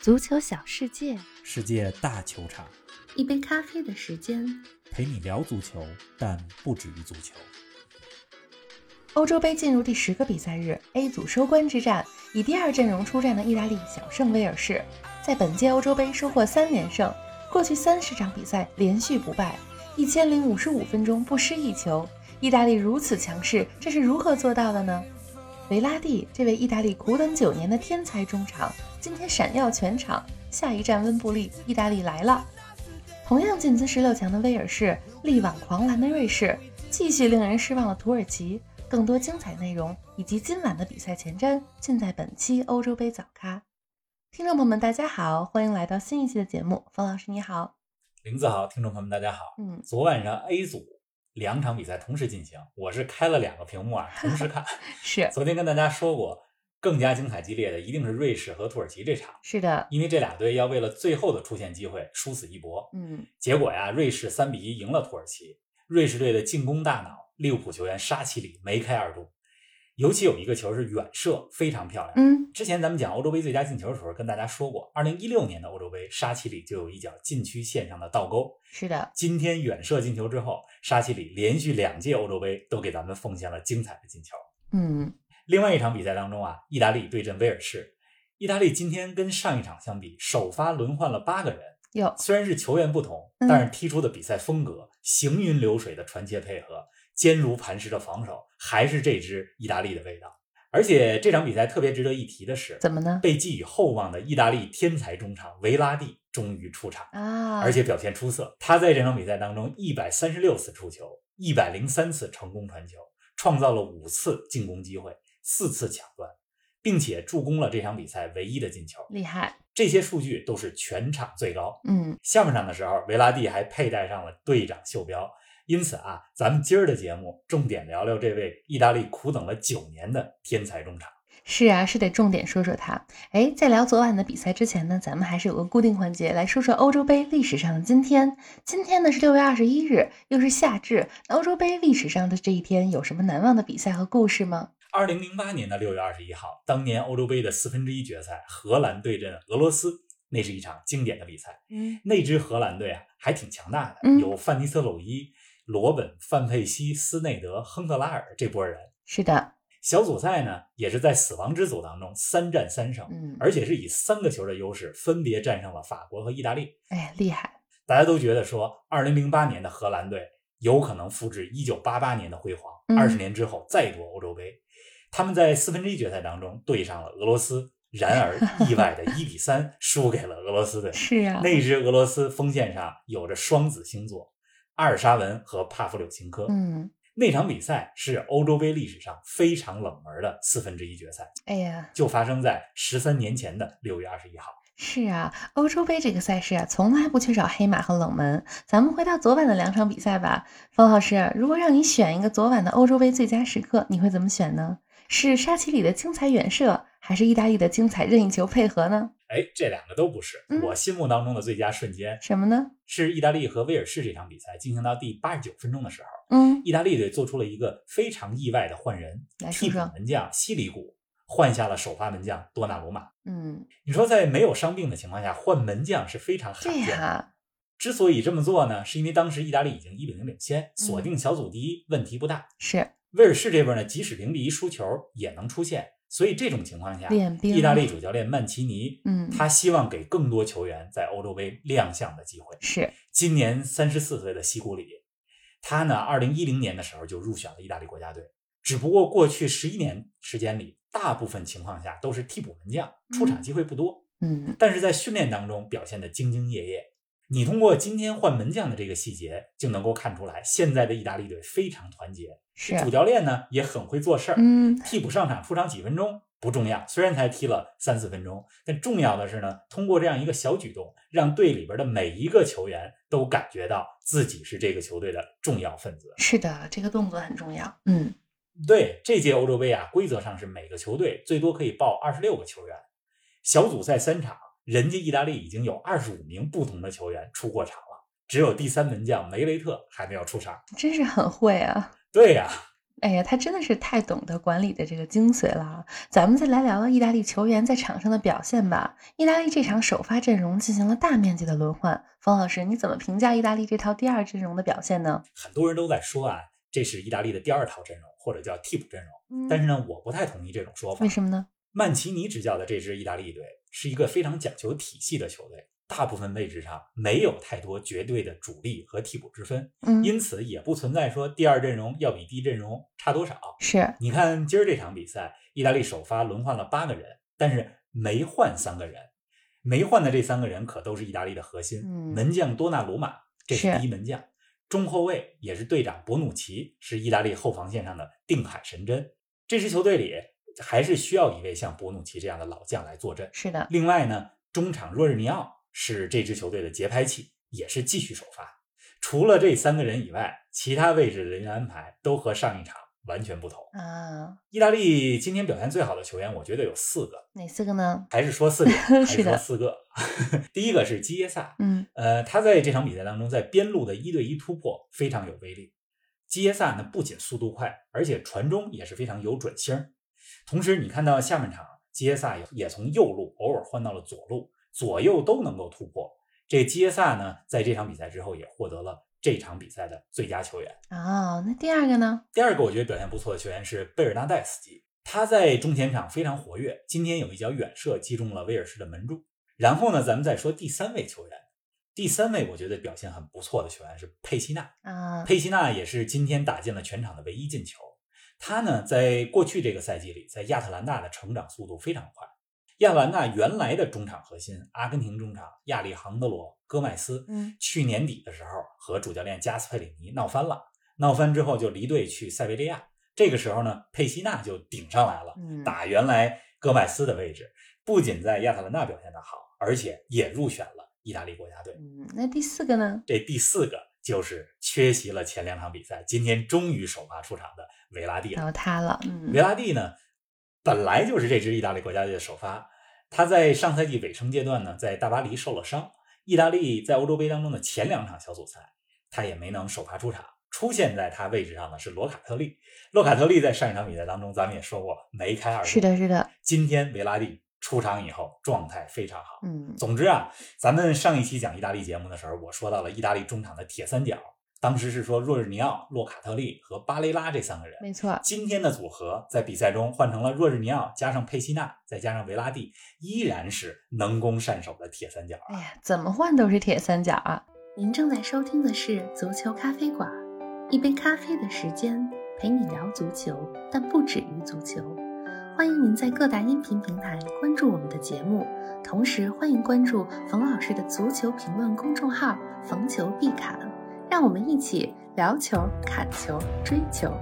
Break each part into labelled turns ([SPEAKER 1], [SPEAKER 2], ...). [SPEAKER 1] 足球小世界，
[SPEAKER 2] 世界大球场，
[SPEAKER 1] 一杯咖啡的时间。
[SPEAKER 2] 陪你聊足球，但不止于足球。
[SPEAKER 3] 欧洲杯进入第十个比赛日，A 组收官之战，以第二阵容出战的意大利小胜威尔士，在本届欧洲杯收获三连胜，过去三十场比赛连续不败，一千零五十五分钟不失一球。意大利如此强势，这是如何做到的呢？维拉蒂这位意大利苦等九年的天才中场，今天闪耀全场。下一站温布利，意大利来了。同样晋级十六强的威尔士，力挽狂澜的瑞士，继续令人失望的土耳其。更多精彩内容以及今晚的比赛前瞻，尽在本期欧洲杯早咖。听众朋友们，大家好，欢迎来到新一期的节目。冯老师你好，
[SPEAKER 2] 林子好，听众朋友们大家好。
[SPEAKER 3] 嗯，
[SPEAKER 2] 昨晚上 A 组两场比赛同时进行，我是开了两个屏幕啊，同时看。
[SPEAKER 3] 是
[SPEAKER 2] 昨天跟大家说过，更加精彩激烈的一定是瑞士和土耳其这场，
[SPEAKER 3] 是的，
[SPEAKER 2] 因为这俩队要为了最后的出线机会殊死一搏。
[SPEAKER 3] 嗯，
[SPEAKER 2] 结果呀，瑞士三比一赢了土耳其。瑞士队的进攻大脑利物浦球员沙奇里梅开二度，尤其有一个球是远射，非常漂亮。
[SPEAKER 3] 嗯，
[SPEAKER 2] 之前咱们讲欧洲杯最佳进球的时候，跟大家说过，二零一六年的欧洲杯，沙奇里就有一脚禁区线上的倒钩。
[SPEAKER 3] 是的，
[SPEAKER 2] 今天远射进球之后，沙奇里连续两届欧洲杯都给咱们奉献了精彩的进球。
[SPEAKER 3] 嗯，
[SPEAKER 2] 另外一场比赛当中啊，意大利对阵威尔士，意大利今天跟上一场相比，首发轮换了八个人，
[SPEAKER 3] 哟，
[SPEAKER 2] 虽然是球员不同，
[SPEAKER 3] 嗯
[SPEAKER 2] 但是踢出的比赛风格、行云流水的传切配合、坚如磐石的防守，还是这支意大利的味道。而且这场比赛特别值得一提的是，
[SPEAKER 3] 怎么呢？
[SPEAKER 2] 被寄予厚望的意大利天才中场维拉蒂终于出场，
[SPEAKER 3] 啊，
[SPEAKER 2] 而且表现出色。他在这场比赛当中一百三十六次出球，一百零三次成功传球，创造了五次进攻机会，四次抢断，并且助攻了这场比赛唯一的进球。
[SPEAKER 3] 厉害，
[SPEAKER 2] 这些数据都是全场最高。
[SPEAKER 3] 嗯，
[SPEAKER 2] 下半场的时候，维拉蒂还佩戴上了队长袖标。因此啊，咱们今儿的节目重点聊聊这位意大利苦等了九年的天才中场。
[SPEAKER 3] 是啊，是得重点说说他。哎，在聊昨晚的比赛之前呢，咱们还是有个固定环节，来说说欧洲杯历史上的今天。今天呢是六月二十一日，又是夏至。那欧洲杯历史上的这一天有什么难忘的比赛和故事吗？
[SPEAKER 2] 二零零八年的六月二十一号，当年欧洲杯的四分之一决赛，荷兰对阵俄罗斯，那是一场经典的比赛。
[SPEAKER 3] 嗯，
[SPEAKER 2] 那支荷兰队啊，还挺强大的，
[SPEAKER 3] 嗯
[SPEAKER 2] 有范尼斯特鲁伊、罗本、范佩西、斯内德、亨德拉尔这波人。
[SPEAKER 3] 是的，
[SPEAKER 2] 小组赛呢，也是在死亡之组当中三战三胜，
[SPEAKER 3] 嗯，
[SPEAKER 2] 而且是以三个球的优势分别战胜了法国和意大利。
[SPEAKER 3] 哎，厉害，
[SPEAKER 2] 大家都觉得说，二零零八年的荷兰队有可能复制一九八八年的辉煌，
[SPEAKER 3] 嗯
[SPEAKER 2] 二十年之后再夺欧洲杯。他们在四分之一决赛当中对上了俄罗斯，然而意外的一比三输给了俄罗斯队。
[SPEAKER 3] 是啊，
[SPEAKER 2] 那支俄罗斯锋线上有着双子星座阿尔沙文和帕夫柳琴科。
[SPEAKER 3] 嗯，
[SPEAKER 2] 那场比赛是欧洲杯历史上非常冷门的四分之一决赛，
[SPEAKER 3] 哎呀，
[SPEAKER 2] 就发生在十三年前的六月二十一号。
[SPEAKER 3] 是啊，欧洲杯这个赛事啊，从来不缺少黑马和冷门。咱们回到昨晚的两场比赛吧，方老师，啊如果让你选一个昨晚的欧洲杯最佳时刻，你会怎么选呢？是沙奇里的精彩远射，还是意大利的精彩任意球配合呢？
[SPEAKER 2] 哎，这两个都不是
[SPEAKER 3] 嗯
[SPEAKER 2] 我心目当中的最佳瞬间，
[SPEAKER 3] 什么呢？
[SPEAKER 2] 是意大利和威尔士这场比赛进行到第八十九分钟的时候，
[SPEAKER 3] 嗯，
[SPEAKER 2] 意大利队做出了一个非常意外的换人，
[SPEAKER 3] 来
[SPEAKER 2] 替
[SPEAKER 3] 说
[SPEAKER 2] 补
[SPEAKER 3] 说，
[SPEAKER 2] 门将西里古换下了首发门将多纳鲁马。
[SPEAKER 3] 嗯，
[SPEAKER 2] 你说在没有伤病的情况下换门将是非常罕
[SPEAKER 3] 对啊
[SPEAKER 2] 见的。
[SPEAKER 3] 呀，
[SPEAKER 2] 之所以这么做呢，是因为当时意大利已经一比零领先，
[SPEAKER 3] 嗯
[SPEAKER 2] 锁定小组第一问题不大。
[SPEAKER 3] 是
[SPEAKER 2] 威尔士这边呢，即使零比一输球也能出线，所以这种情况下，
[SPEAKER 3] 练兵，
[SPEAKER 2] 意大利，主教练曼奇尼，
[SPEAKER 3] 嗯，
[SPEAKER 2] 他希望给更多球员在欧洲杯亮相的机会。
[SPEAKER 3] 是，
[SPEAKER 2] 今年三十四岁的西古里，他呢，二零一零年的时候就入选了意大利国家队，只不过过去十一年时间里，大部分情况下都是替补门将，出场机会不多。
[SPEAKER 3] 嗯，
[SPEAKER 2] 但是在训练当中表现得兢兢业业。你通过今天换门将的这个细节，就能够看出来，现在的意大利队非常团结，
[SPEAKER 3] 是，啊
[SPEAKER 2] 主教练呢也很会做事儿。
[SPEAKER 3] 嗯，
[SPEAKER 2] 替补上场出场几分钟不重要，虽然才踢了三四分钟，但重要的是呢，通过这样一个小举动，让队里边的每一个球员都感觉到自己是这个球队的重要分子。
[SPEAKER 3] 是的，这个动作很重要，嗯，
[SPEAKER 2] 对这届欧洲杯啊，规则上是每个球队最多可以报二十六个球员，小组赛三场，人家意大利已经有二十五名不同的球员出过场了，只有第三门将梅雷特还没有出场。
[SPEAKER 3] 真是很会啊，
[SPEAKER 2] 对呀、
[SPEAKER 3] 哎呀，他真的是太懂得管理的这个精髓了啊。咱们再来聊聊意大利球员在场上的表现吧。意大利这场首发阵容进行了大面积的轮换，方老师你怎么评价意大利这套第二阵容的表现呢？
[SPEAKER 2] 很多人都在说啊，这是意大利的第二套阵容，或者叫替补阵容。但是呢，我不太同意这种说法
[SPEAKER 3] 嗯为。什么呢？
[SPEAKER 2] 曼奇尼执教的这支意大利队是一个非常讲求体系的球队，大部分位置上没有太多绝对的主力和替补之分，
[SPEAKER 3] 嗯，
[SPEAKER 2] 因此也不存在说第二阵容要比第一阵容差多少。
[SPEAKER 3] 是
[SPEAKER 2] 你看今儿这场比赛，意大利首发轮换了八个人，但是没换三个人，没换的这三个人可都是意大利的核心，
[SPEAKER 3] 嗯
[SPEAKER 2] 门将多纳鲁马，这是
[SPEAKER 3] 是
[SPEAKER 2] 第一门将，中后卫也是队长博努奇，是意大利后防线上的定海神针。这支球队里还是需要一位像博努奇这样的老将来坐镇。
[SPEAKER 3] 是的，
[SPEAKER 2] 另外呢，中场若日尼奥是这支球队的节拍器，也是继续首发。除了这三个人以外，其他位置的人员安排都和上一场完全不同。
[SPEAKER 3] 啊，
[SPEAKER 2] 意大利今天表现最好的球员，我觉得有四个，
[SPEAKER 3] 哪四个呢？
[SPEAKER 2] 还是说四个，还
[SPEAKER 3] 是
[SPEAKER 2] 是
[SPEAKER 3] 的
[SPEAKER 2] 说四个。 第一个是基耶萨，
[SPEAKER 3] 嗯
[SPEAKER 2] 呃，他在这场比赛当中在边路的一对一突破非常有威力。基耶萨呢不仅速度快，而且传中也是非常有准星儿。同时，你看到下半场基耶萨也也从右路偶尔换到了左路，左右都能够突破。这基耶萨呢，在这场比赛之后也获得了这场比赛的最佳球员。
[SPEAKER 3] 啊，那第二个呢？
[SPEAKER 2] 第二个我觉得表现不错的球员是贝尔纳代斯基，他在中前场非常活跃，今天有一脚远射击中了威尔士的门柱。然后呢，咱们再说第三位球员，第三位我觉得表现很不错的球员是佩西纳，
[SPEAKER 3] 啊，
[SPEAKER 2] 佩西纳也是今天打进了全场的唯一进球。他呢，在过去这个赛季里，在亚特兰大的成长速度非常快。亚特兰大原来的中场核心，阿根廷中场亚历杭德罗·戈麦斯，
[SPEAKER 3] 嗯
[SPEAKER 2] 去年底的时候和主教练加斯佩里尼闹翻了，闹翻之后就离队去塞维利亚。这个时候呢，佩西纳就顶上来了，
[SPEAKER 3] 嗯，
[SPEAKER 2] 打原来戈麦斯的位置，不仅在亚特兰大表现得好，而且也入选了意大利国家队。
[SPEAKER 3] 嗯，那第四个呢？
[SPEAKER 2] 这第四个就是缺席了前两场比赛，今天终于首发出场的维拉蒂了。
[SPEAKER 3] 到他了，嗯
[SPEAKER 2] 维拉蒂呢，本来就是这支意大利国家队的首发，他在上赛季尾声阶段呢，在大巴黎受了伤。意大利在欧洲杯当中的前两场小组赛，他也没能首发出场。出现在他位置上的是罗卡特利，罗卡特利在上一场比赛当中，咱们也说过梅开二度。
[SPEAKER 3] 是的，是的，
[SPEAKER 2] 今天维拉蒂出场以后，状态非常好。
[SPEAKER 3] 嗯
[SPEAKER 2] 总之啊，咱们上一期讲意大利节目的时候，我说到了意大利中场的铁三角，当时是说若日尼奥、洛卡特利和巴雷拉这三个人。
[SPEAKER 3] 没错，
[SPEAKER 2] 今天的组合在比赛中换成了若日尼奥加上佩西纳，再加上维拉蒂，依然是能攻善守的铁三角啊。
[SPEAKER 3] 哎呀，怎么换都是铁三角啊！
[SPEAKER 1] 您正在收听的是《足球咖啡馆》，一杯咖啡的时间陪你聊足球，但不止于足球。欢迎您在各大音频平台关注我们的节目，同时欢迎关注冯老师的足球评论公众号“冯球必侃”，让我们一起聊球、砍球、追球。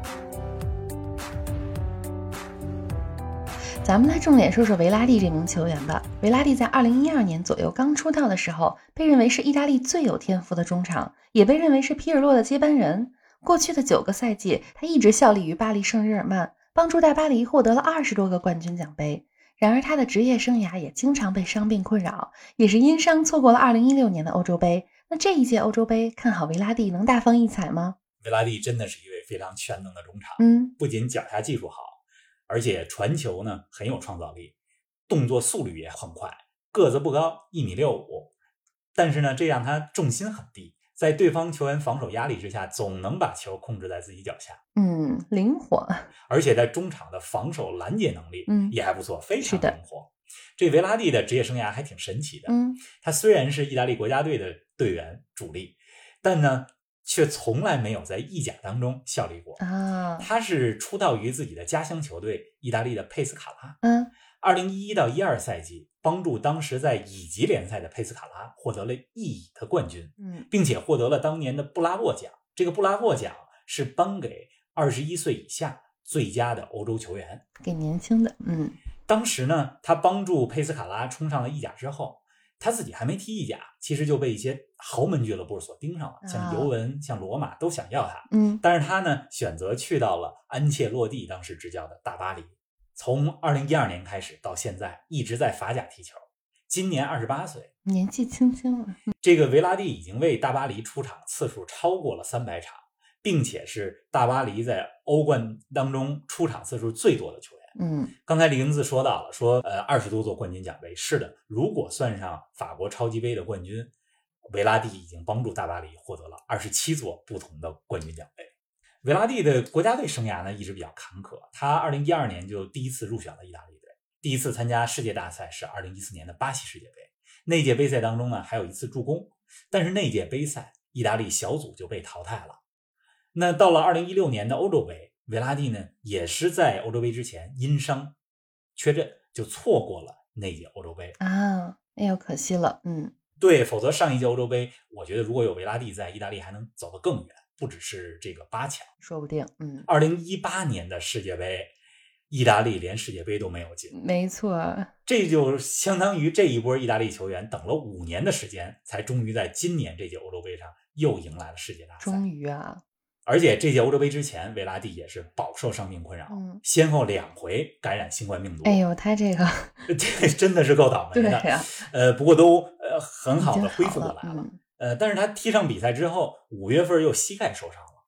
[SPEAKER 3] 咱们来重点说说维拉蒂这名球员吧。维拉蒂在2012年左右刚出道的时候，被认为是意大利最有天赋的中场，也被认为是皮尔洛的接班人。过去的九个赛季，他一直效力于巴黎圣日耳曼，帮助大巴黎获得了二十多个冠军奖杯。然而，他的职业生涯也经常被伤病困扰，也是因伤错过了2016年的欧洲杯。那这一届欧洲杯，看好维拉蒂能大放异彩吗？
[SPEAKER 2] 维拉蒂真的是一位非常全能的中场，
[SPEAKER 3] 嗯，
[SPEAKER 2] 不仅脚下技术好，而且传球呢很有创造力，动作速率也很快，个子不高，一米六五，但是呢，这让他重心很低，在对方球员防守压力之下，总能把球控制在自己脚下，
[SPEAKER 3] 嗯，灵活，
[SPEAKER 2] 而且在中场的防守拦截能力
[SPEAKER 3] 嗯
[SPEAKER 2] 也还不错，非
[SPEAKER 3] 是
[SPEAKER 2] 常
[SPEAKER 3] 的
[SPEAKER 2] 灵活。这维拉蒂的职业生涯还挺神奇的，
[SPEAKER 3] 嗯，
[SPEAKER 2] 他虽然是意大利国家队的队员主力，但呢，却从来没有在意甲当中效力过。
[SPEAKER 3] 啊，
[SPEAKER 2] 他是出道于自己的家乡球队意大利的佩斯卡拉。
[SPEAKER 3] 嗯，
[SPEAKER 2] 二零一一到一二赛季，帮助当时在乙级联赛的佩斯卡拉获得了意乙的冠军，
[SPEAKER 3] 嗯，
[SPEAKER 2] 并且获得了当年的布拉沃奖。这个布拉沃奖是颁给二十一岁以下最佳的欧洲球员。
[SPEAKER 3] 给年轻的，嗯，
[SPEAKER 2] 当时呢，他帮助佩斯卡拉冲上了意甲之后，他自己还没踢意甲，其实就被一些豪门俱乐部所盯上了，
[SPEAKER 3] 啊
[SPEAKER 2] 像尤文、像罗马都想要他。
[SPEAKER 3] 嗯
[SPEAKER 2] 但是他呢，选择去到了安切洛蒂当时执教的大巴黎，从二零一二年开始到现在，一直在法甲踢球。今年二十八岁，，
[SPEAKER 3] 年纪轻轻了，
[SPEAKER 2] 这个维拉蒂已经为大巴黎出场次数超过了三百场，并且是大巴黎在欧冠当中出场次数最多的球员。
[SPEAKER 3] 嗯
[SPEAKER 2] 刚才李英子说到了，说呃二十多座冠军奖杯，是的，如果算上法国超级杯的冠军，维拉蒂已经帮助大巴黎获得了二十七座不同的冠军奖杯。维拉蒂的国家队生涯呢一直比较坎坷，他二零一二年就第一次入选了意大利队，第一次参加世界大赛是二零一四年的巴西世界杯，那届杯赛当中呢还有一次助攻，但是那届杯赛意大利小组就被淘汰了。那到了二零一六年的欧洲杯，维拉蒂呢也是在欧洲杯之前因伤缺阵，就错过了那届欧洲杯。
[SPEAKER 3] 啊，哎呦，可惜了。嗯
[SPEAKER 2] 对，否则上一届欧洲杯，我觉得如果有维拉蒂在，意大利还能走得更远，不只是这个八强。
[SPEAKER 3] 说不定，嗯，
[SPEAKER 2] 二零一八年的世界杯，意大利连世界杯都没有进，
[SPEAKER 3] 没错，
[SPEAKER 2] 这就相当于这一波意大利球员等了五年的时间，才终于在今年这届欧洲杯上又迎来了世界大赛。
[SPEAKER 3] 终于啊，
[SPEAKER 2] 而且这届欧洲杯之前，维拉蒂也是饱受伤病困扰，
[SPEAKER 3] 嗯，
[SPEAKER 2] 先后两回感染新冠病毒。
[SPEAKER 3] 哎，呦，他这个，
[SPEAKER 2] 这真的是够倒霉
[SPEAKER 3] 对
[SPEAKER 2] 的。
[SPEAKER 3] 呀、
[SPEAKER 2] 呃，不过都呃很
[SPEAKER 3] 已
[SPEAKER 2] 好
[SPEAKER 3] 经
[SPEAKER 2] 的恢复过
[SPEAKER 3] 好
[SPEAKER 2] 来了。
[SPEAKER 3] 嗯
[SPEAKER 2] 呃，但是他踢上比赛之后，五月份又膝盖受伤了，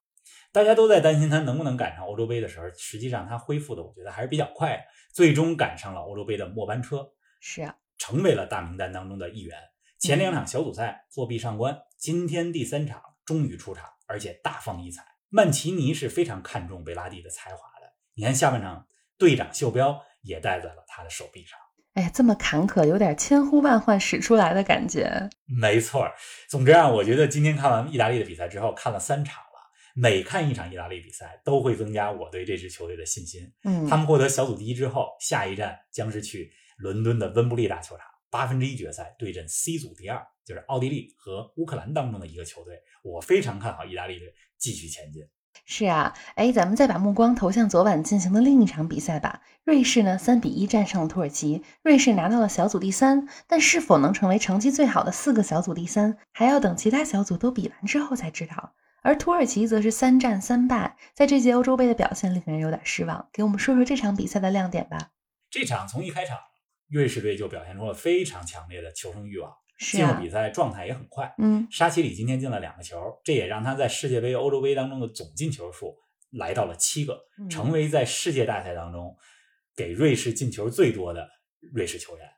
[SPEAKER 2] 大家都在担心他能不能赶上欧洲杯的时候，实际上他恢复的我觉得还是比较快的，最终赶上了欧洲杯的末班车，
[SPEAKER 3] 是啊，
[SPEAKER 2] 成为了大名单当中的一员。前两场小组赛作弊上官，今天第三场终于出场，而且大放异彩。曼奇尼是非常看重贝拉蒂的才华的，你看下半场队长袖标也戴在了他的手臂上。
[SPEAKER 3] 哎呀，这么坎坷，有点千呼万唤始出来的感觉。
[SPEAKER 2] 没错儿，总之啊，我觉得今天看完意大利的比赛之后，看了三场了，每看一场意大利比赛，都会增加我对这支球队的信心。
[SPEAKER 3] 嗯，
[SPEAKER 2] 他们获得小组第一之后，下一站将是去伦敦的温布利大球场八分之一决赛对阵 C 组第二，就是奥地利和乌克兰当中的一个球队。我非常看好意大利队继续前进。
[SPEAKER 3] 是啊，哎，咱们再把目光投向昨晚进行的另一场比赛吧。瑞士呢，三比一战胜了土耳其，瑞士拿到了小组第三，但是否能成为成绩最好的四个小组第三，还要等其他小组都比完之后才知道。而土耳其则是三战三败，在这届欧洲杯的表现令人有点失望。给我们说说这场比赛的亮点吧。
[SPEAKER 2] 这场从一开场，瑞士队就表现出了非常强烈的求生欲望，
[SPEAKER 3] 是
[SPEAKER 2] 进入
[SPEAKER 3] 啊
[SPEAKER 2] 比，赛状态也很快。
[SPEAKER 3] 嗯，
[SPEAKER 2] 沙奇里今天进了两个球，这也让他在世界杯、欧洲杯当中的总进球数来到了七个，
[SPEAKER 3] 嗯
[SPEAKER 2] 成为在世界大赛当中给瑞士进球最多的瑞士球员。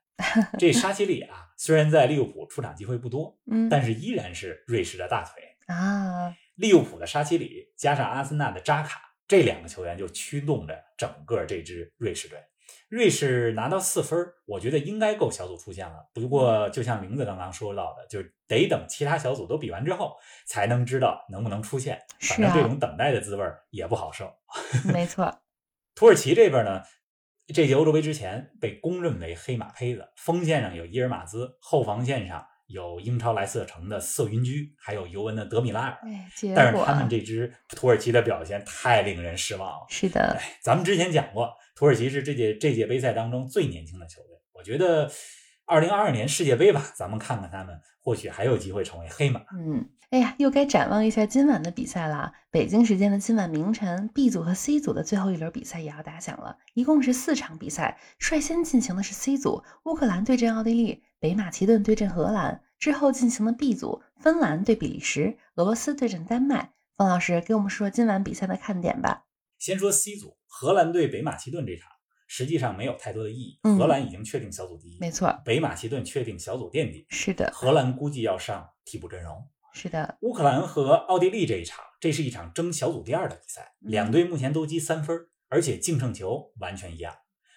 [SPEAKER 2] 这沙奇里啊，虽然在利物浦出场机会不多，
[SPEAKER 3] 嗯
[SPEAKER 2] 但是依然是瑞士的大腿。
[SPEAKER 3] 啊，
[SPEAKER 2] 利物浦的沙奇里加上阿森纳的扎卡，这两个球员就驱动着整个这支瑞士队。瑞士拿到四分儿，我觉得应该够小组出线了。不过，
[SPEAKER 3] 嗯
[SPEAKER 2] 就像玲子刚刚说到的，就得等其他小组都比完之后，才能知道能不能出线。反
[SPEAKER 3] 是
[SPEAKER 2] 正
[SPEAKER 3] 啊
[SPEAKER 2] 这，种等待的滋味儿也不好受。
[SPEAKER 3] 没错，
[SPEAKER 2] 土耳其这边呢，这届欧洲杯之前被公认为黑马胚子，锋线上有伊尔马兹，后防线上有英超莱斯特城的瑟云居，还有尤文的德米拉尔。
[SPEAKER 3] 哎，结
[SPEAKER 2] 但是
[SPEAKER 3] 果
[SPEAKER 2] 他们这支土耳其的表现太令人失望了。
[SPEAKER 3] 是的，
[SPEAKER 2] 咱们之前讲过，土耳其是这届这届杯赛当中最年轻的球队。我觉得，二零二二年世界杯吧，咱们看看他们或许还有机会成为黑马。
[SPEAKER 3] 嗯，哎呀，又该展望一下今晚的比赛啦。北京时间的今晚凌晨，B 组和 C 组的最后一轮比赛也要打响了，一共是四场比赛。率先进行的是 C 组，乌克兰对阵奥地利，北马其顿对阵荷兰。之后进行的 B 组，芬兰对比利时，俄罗斯对阵丹麦。方老师给我们说说今晚比赛的看点吧。
[SPEAKER 2] 先说 C 组，荷兰对北马其顿这场，实际上没有太多的意义。
[SPEAKER 3] 嗯
[SPEAKER 2] 荷兰已经确定小组第一，
[SPEAKER 3] 没错，
[SPEAKER 2] 北马其顿确定小组垫底。
[SPEAKER 3] 是的，
[SPEAKER 2] 荷兰估计要上替补阵容。
[SPEAKER 3] 是的，
[SPEAKER 2] 乌克兰和奥地利这一场，这是一场争小组第二的比赛，
[SPEAKER 3] 嗯
[SPEAKER 2] 两队目前都积三分，而且净胜球完全一样。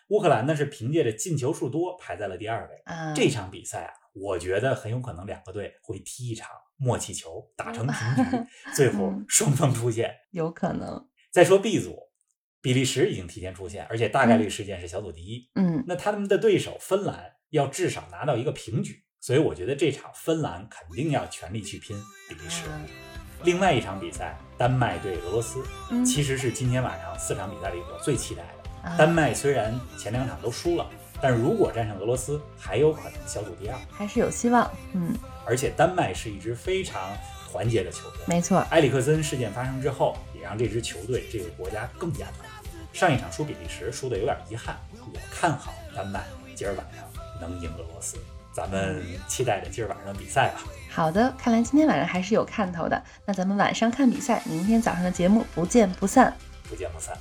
[SPEAKER 2] 乌克兰呢是凭借着进球数多排在了第二位。
[SPEAKER 3] 啊，
[SPEAKER 2] 这场比赛啊，我觉得很有可能两个队会踢一场默契球，打成平局，最后
[SPEAKER 3] 嗯
[SPEAKER 2] 双方出线。
[SPEAKER 3] 有可能，
[SPEAKER 2] 再说 B 组，比利时已经提前出线，而且大概率事件是小组第一。
[SPEAKER 3] 嗯，
[SPEAKER 2] 那他们的对手芬兰要至少拿到一个平局，所以我觉得这场芬兰肯定要全力去拼比利时。另外一场比赛，丹麦对俄罗斯，
[SPEAKER 3] 嗯，
[SPEAKER 2] 其实是今天晚上四场比赛里我最期待的。
[SPEAKER 3] 啊
[SPEAKER 2] 丹麦虽然前两场都输了，但如果战胜俄罗斯，还有可能小组第二。
[SPEAKER 3] 还是有希望，嗯，
[SPEAKER 2] 而且丹麦是一支非常团结的球队，
[SPEAKER 3] 没错，
[SPEAKER 2] 埃里克森事件发生之后，也让这支球队、这个国家更加团结。上一场输比利时，输的有点遗憾，我看好丹麦今儿晚上能赢俄罗斯。咱们期待着今儿晚上的比赛吧。
[SPEAKER 3] 好的，看来今天晚上还是有看头的。那咱们晚上看比赛，明天早上的节目不见不散。
[SPEAKER 2] 不见不散。